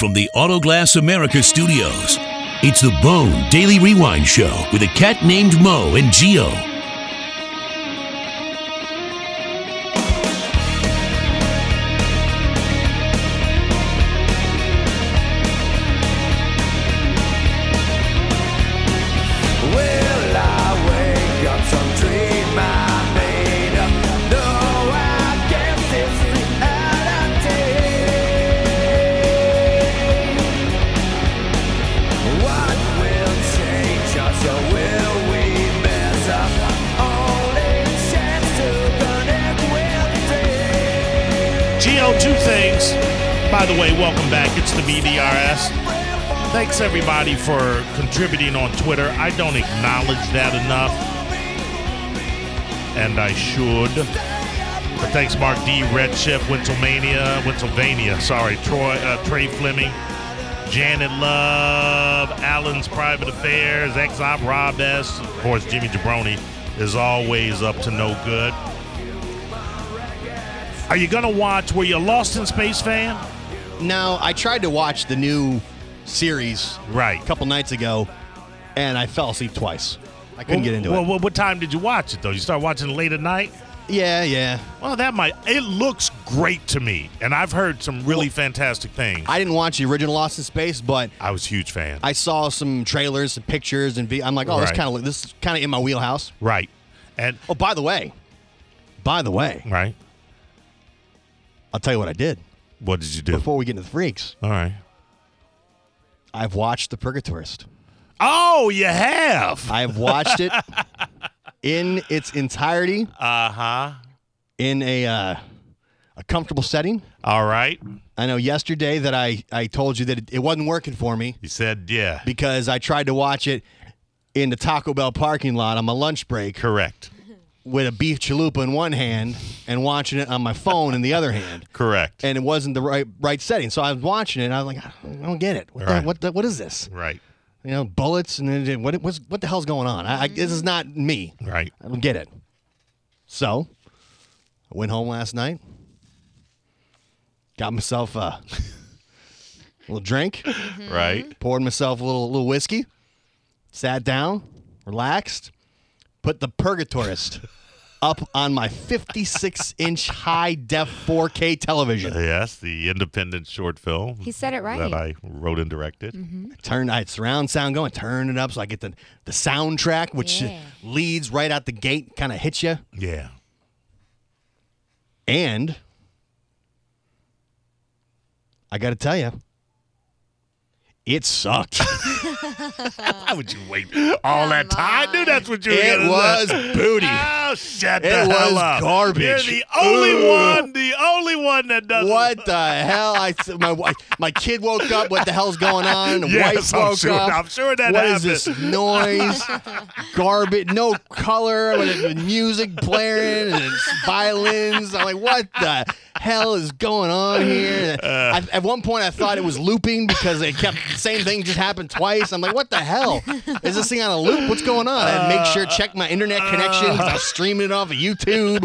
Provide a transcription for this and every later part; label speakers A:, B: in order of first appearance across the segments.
A: From the Autoglass America studios, it's the Bone Daily Rewind Show with a cat named Mo and Geo.
B: Will I wake up some dream I made up? No, I guess it's reality. What will change us or will we mess up? Only chance to connect with the
C: Geo, two things. By the way, welcome back. It's the BDRS. Thanks everybody for contributing on Twitter. I don't acknowledge that enough, and I should. But thanks, Mark D. Redshift, Wintelmania, Wintelvania. Sorry, Troy, uh, Trey Fleming, Janet Love, Allen's Private Affairs, Exop Rob S. Of course, Jimmy Jabroni is always up to no good. Are you gonna watch? Were you a Lost in Space fan?
D: No, I tried to watch the new series
C: Right.
D: a couple nights ago, and I fell asleep twice. I couldn't get into
C: well,
D: it.
C: Well, what time did you watch it though? You start watching it late at night.
D: yeah, yeah.
C: Well, that might. It looks great to me, and I've heard some really fantastic things. I,
D: I didn't watch the original Lost in Space, but
C: was a huge fan.
D: I saw some trailers, some pictures, and vi- I'm like,
C: Right.
D: oh, this kind of this is kind of in my wheelhouse.
C: right, and
D: Oh, by the way, by the way,
C: right.
D: I'll tell you what I did
C: What did you do?
D: before we get into the freaks.
C: All right.
D: I've watched The Purgatorist.
C: Oh, you have.
D: I've watched it in its entirety
C: Uh huh.
D: in a uh, a comfortable setting.
C: All right.
D: I know yesterday that I, I told you that it, it wasn't working for me
C: You said yeah.
D: because I tried to watch it in the Taco Bell parking lot on my lunch break
C: Correct.
D: with a beef chalupa in one hand and watching it on my phone in the other hand.
C: Correct.
D: And it wasn't the right right setting. So I was watching it and I was like, I don't, I don't get it. What,
C: Right.
D: the, what, the, what is this?
C: right.
D: You know, bullets and then what, what's, what the hell's going on? I, I, this is not me.
C: Right.
D: I don't get it. So I went home last night, got myself a little drink.
C: Right.
D: poured myself a little little whiskey, sat down, relaxed, put the Purgatorist up on my 56 inch high def 4K television.
C: Yes, the independent short film.
E: He said it right.
C: That I wrote and directed.
D: Turned I had surround sound going, turned it up so I get the the soundtrack, which
E: Yeah.
D: leads right out the gate, kind of hits you,
C: Yeah.
D: and I got to tell you. It sucked.
C: Why would you wait all that time? I knew that's what you were
D: it
C: gonna
D: was
C: say.
D: booty.
C: Oh, shut
D: It
C: the hell
D: was
C: up.
D: garbage.
C: You're the only
D: Ooh.
C: one, the only one that doesn't.
D: What the hell? I my wi- my kid woke up. What the hell's going on?
C: Yes,
D: Wife
C: I'm
D: woke
C: sure-
D: up.
C: I'm sure that
D: What is this
C: happened.
D: noise? Garbage. No color. with the music blaring and it's violins. I'm like, what the hell is going on here?
C: Uh.
D: I, at one point, I thought it was looping because it kept same thing just happened twice. I'm like, what the hell? Is this thing on a loop? What's going on? I had to make sure check my internet connection. I was streaming it off of YouTube.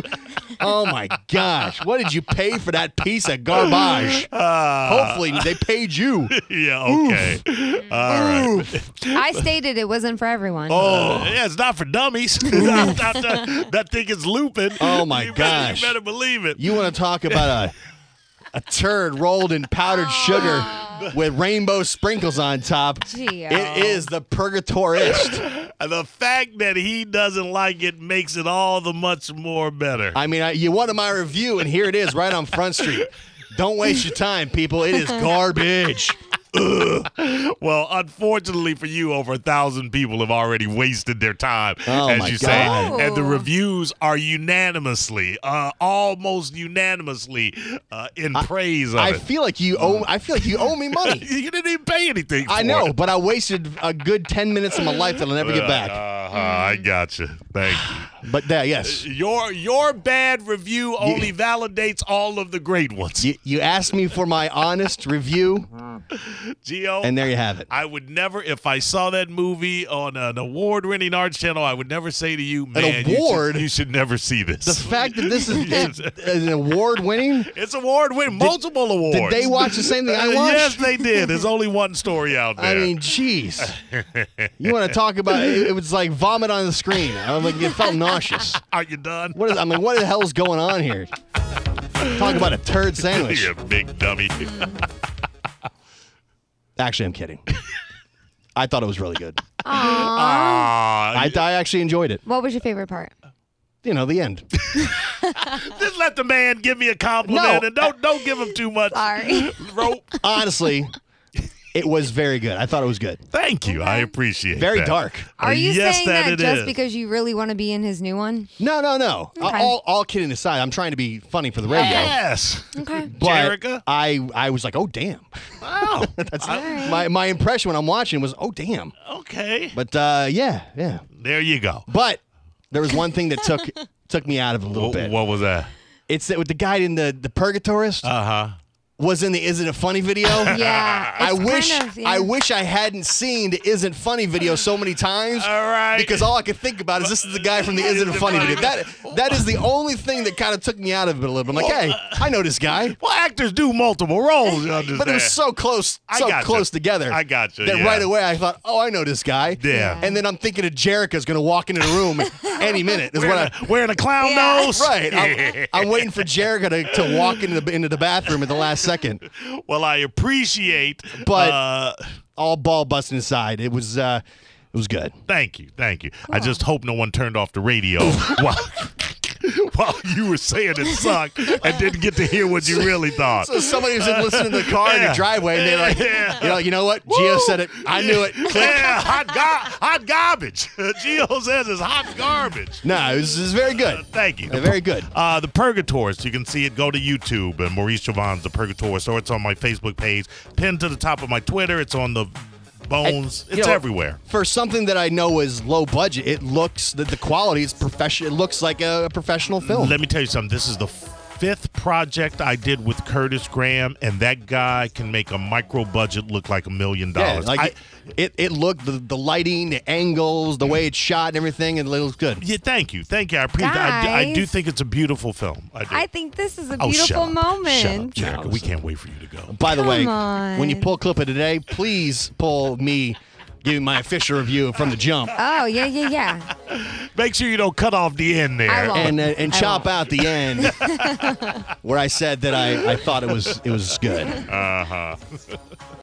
D: Oh my gosh! What did you pay for that piece of garbage?
C: Ah.
D: Hopefully, they paid you.
C: Yeah, okay. All right.
E: I stated it wasn't for everyone.
C: Oh, yeah, it's not for dummies. Not- not- that, that thing is looping.
D: Oh, my
C: you better,
D: gosh.
C: You better believe it.
D: You want to talk about a a turd rolled in powdered sugar with rainbow sprinkles on top?
E: Geo.
D: It is the purgatorist.
C: the fact that he doesn't like it makes it all the much more better.
D: I mean, I, you wanted my review, and here it is, right on Front Street. Don't waste your time, people. It is garbage.
C: well, unfortunately for you, over a thousand people have already wasted their time,
D: Oh,
C: as
D: my
C: you
D: God.
C: say, and the
E: Ooh.
C: reviews are unanimously, uh, almost unanimously, uh, in praise of
D: I
C: it.
D: feel like you owe. I feel like you owe me money.
C: you didn't even pay anything.
D: I
C: for
D: know,
C: it.
D: but Uh-huh, I wasted a good ten minutes of my life that I'll never get back.
C: Uh, uh, I gotcha. Thank you.
D: But that yes.
C: Your your bad review only validates all of the great ones.
D: You, you asked me for my honest review,
C: Geo,
D: and there you have it.
C: I would never, if I saw that movie on an award-winning arts channel, I would never say to you, "Man, you should-
D: award?
C: you should, never see this."
D: The fact that this is an award-winning,
C: it's award-winning, multiple
D: did
C: awards.
D: they watch the same thing I
C: Uh,
D: watched?
C: Yes, they did. There's only one story out there.
D: I mean, jeez. You want to talk about it, it was like vomit on the screen. I was like, it felt nauseous.
C: are you done?
D: What is? I'm like, what the hell's going on here? Talk about a turd sandwich.
C: you big dummy.
D: Actually, I'm kidding. I thought it was really good.
C: Ah,
D: I, I actually enjoyed it.
E: What was your favorite part?
D: You know, the end.
C: just let the man give me a compliment
D: No.
C: and don't don't give him too much
E: Sorry.
C: rope.
D: Honestly, it was very good. I thought it was good.
C: Thank you. I appreciate
D: Very
C: that.
D: dark.
E: Are you
C: yes,
E: saying
C: that
E: that,
C: it
E: just
C: is.
E: because you really want to be in his new one?
D: No, no, no.
E: Okay.
D: All, all kidding aside, I'm trying to be funny for the radio.
C: Yes.
E: Okay.
D: But
C: Jerica?
D: I, I was like, oh damn.
C: Wow.
D: My, my impression when I'm watching was, oh damn.
C: okay.
D: But uh, yeah, yeah.
C: There you go.
D: But there was one thing that took took me out of it a little
C: Wh-
D: bit.
C: What was that?
D: It's that with the guy in the the purgatorist
C: Uh huh.
D: was in the "Isn't It Funny" video.
E: Yeah.
D: I
E: it's kind
D: wish
E: of- yeah.
D: I wish I hadn't seen the "Isn't Funny" video so many times.
C: All right.
D: Because all I could think about is this is the guy from the "Isn't It Funny" video. That that is the only thing that kind of took me out of it a little bit. I'm like, hey, I know this guy.
C: Well, actors do multiple roles. You understand?
D: But it was so close,
C: I
D: so
C: gotcha.
D: close together.
C: I gotcha,
D: That
C: yeah.
D: right away, I thought, "Oh, I know this guy."
C: Yeah.
D: And then I'm thinking of Jerica's going to walk into the room any minute. Is what I,
C: wearing, a, wearing a clown
E: Yeah.
C: nose.
D: Right. I'm, I'm waiting for Jericho to, to walk into the into the bathroom at the last second.
C: Well, I appreciate,
D: But-
C: uh,
D: All ball busting aside, it was uh, it was good.
C: thank you, thank you. I just hope no one turned off the radio while while you were saying it sucked and didn't get to hear what you really thought.
D: So somebody was in listening to the car in
C: Yeah.
D: the driveway, and they're like,
C: Yeah.
D: you know, you know what? Gio said it. I knew it. Click.
C: Yeah, hot, gar- hot garbage. Geo says it's hot garbage.
D: No, it was, it was very good.
C: Thank you.
D: Uh, Very good.
C: Uh, the Purgatorist. You can see it. Go to YouTube and Maurice Javon's The Purgatorist, or it's on my Facebook page, pinned to the top of my Twitter. It's on the bones.
D: you
C: it's
D: know-
C: everywhere.
D: For something that I know is low budget, it looks the, the quality is professional. It looks like a, professional film.
C: Let me tell you something. This is the fifth project I did with Curtis Graham, and that guy can make a micro budget look like a million
D: yeah,
C: dollars.
D: like
C: I-
D: it, it, it looked the, the lighting, the angles, the way it's shot, and everything, and it looks good.
C: yeah, thank you, thank you. I appreciate. I, do- I do
E: Guys.
C: think it's a beautiful film. I do.
E: I think this is a
C: oh, shut
E: beautiful
C: up. Shut up,
E: moment.
C: Jerica. We can't wait for you to go.
D: By the way,
E: Come
D: when you
E: on.
D: pull clip of today, please pull me giving my official review from the jump
E: Oh yeah, yeah, yeah.
C: Make sure you don't cut off the end there.
E: I won't.
D: and uh, and
E: Oh, I
D: chop
E: won't.
D: out the end where I said that I, I thought it was it was good. Uh huh.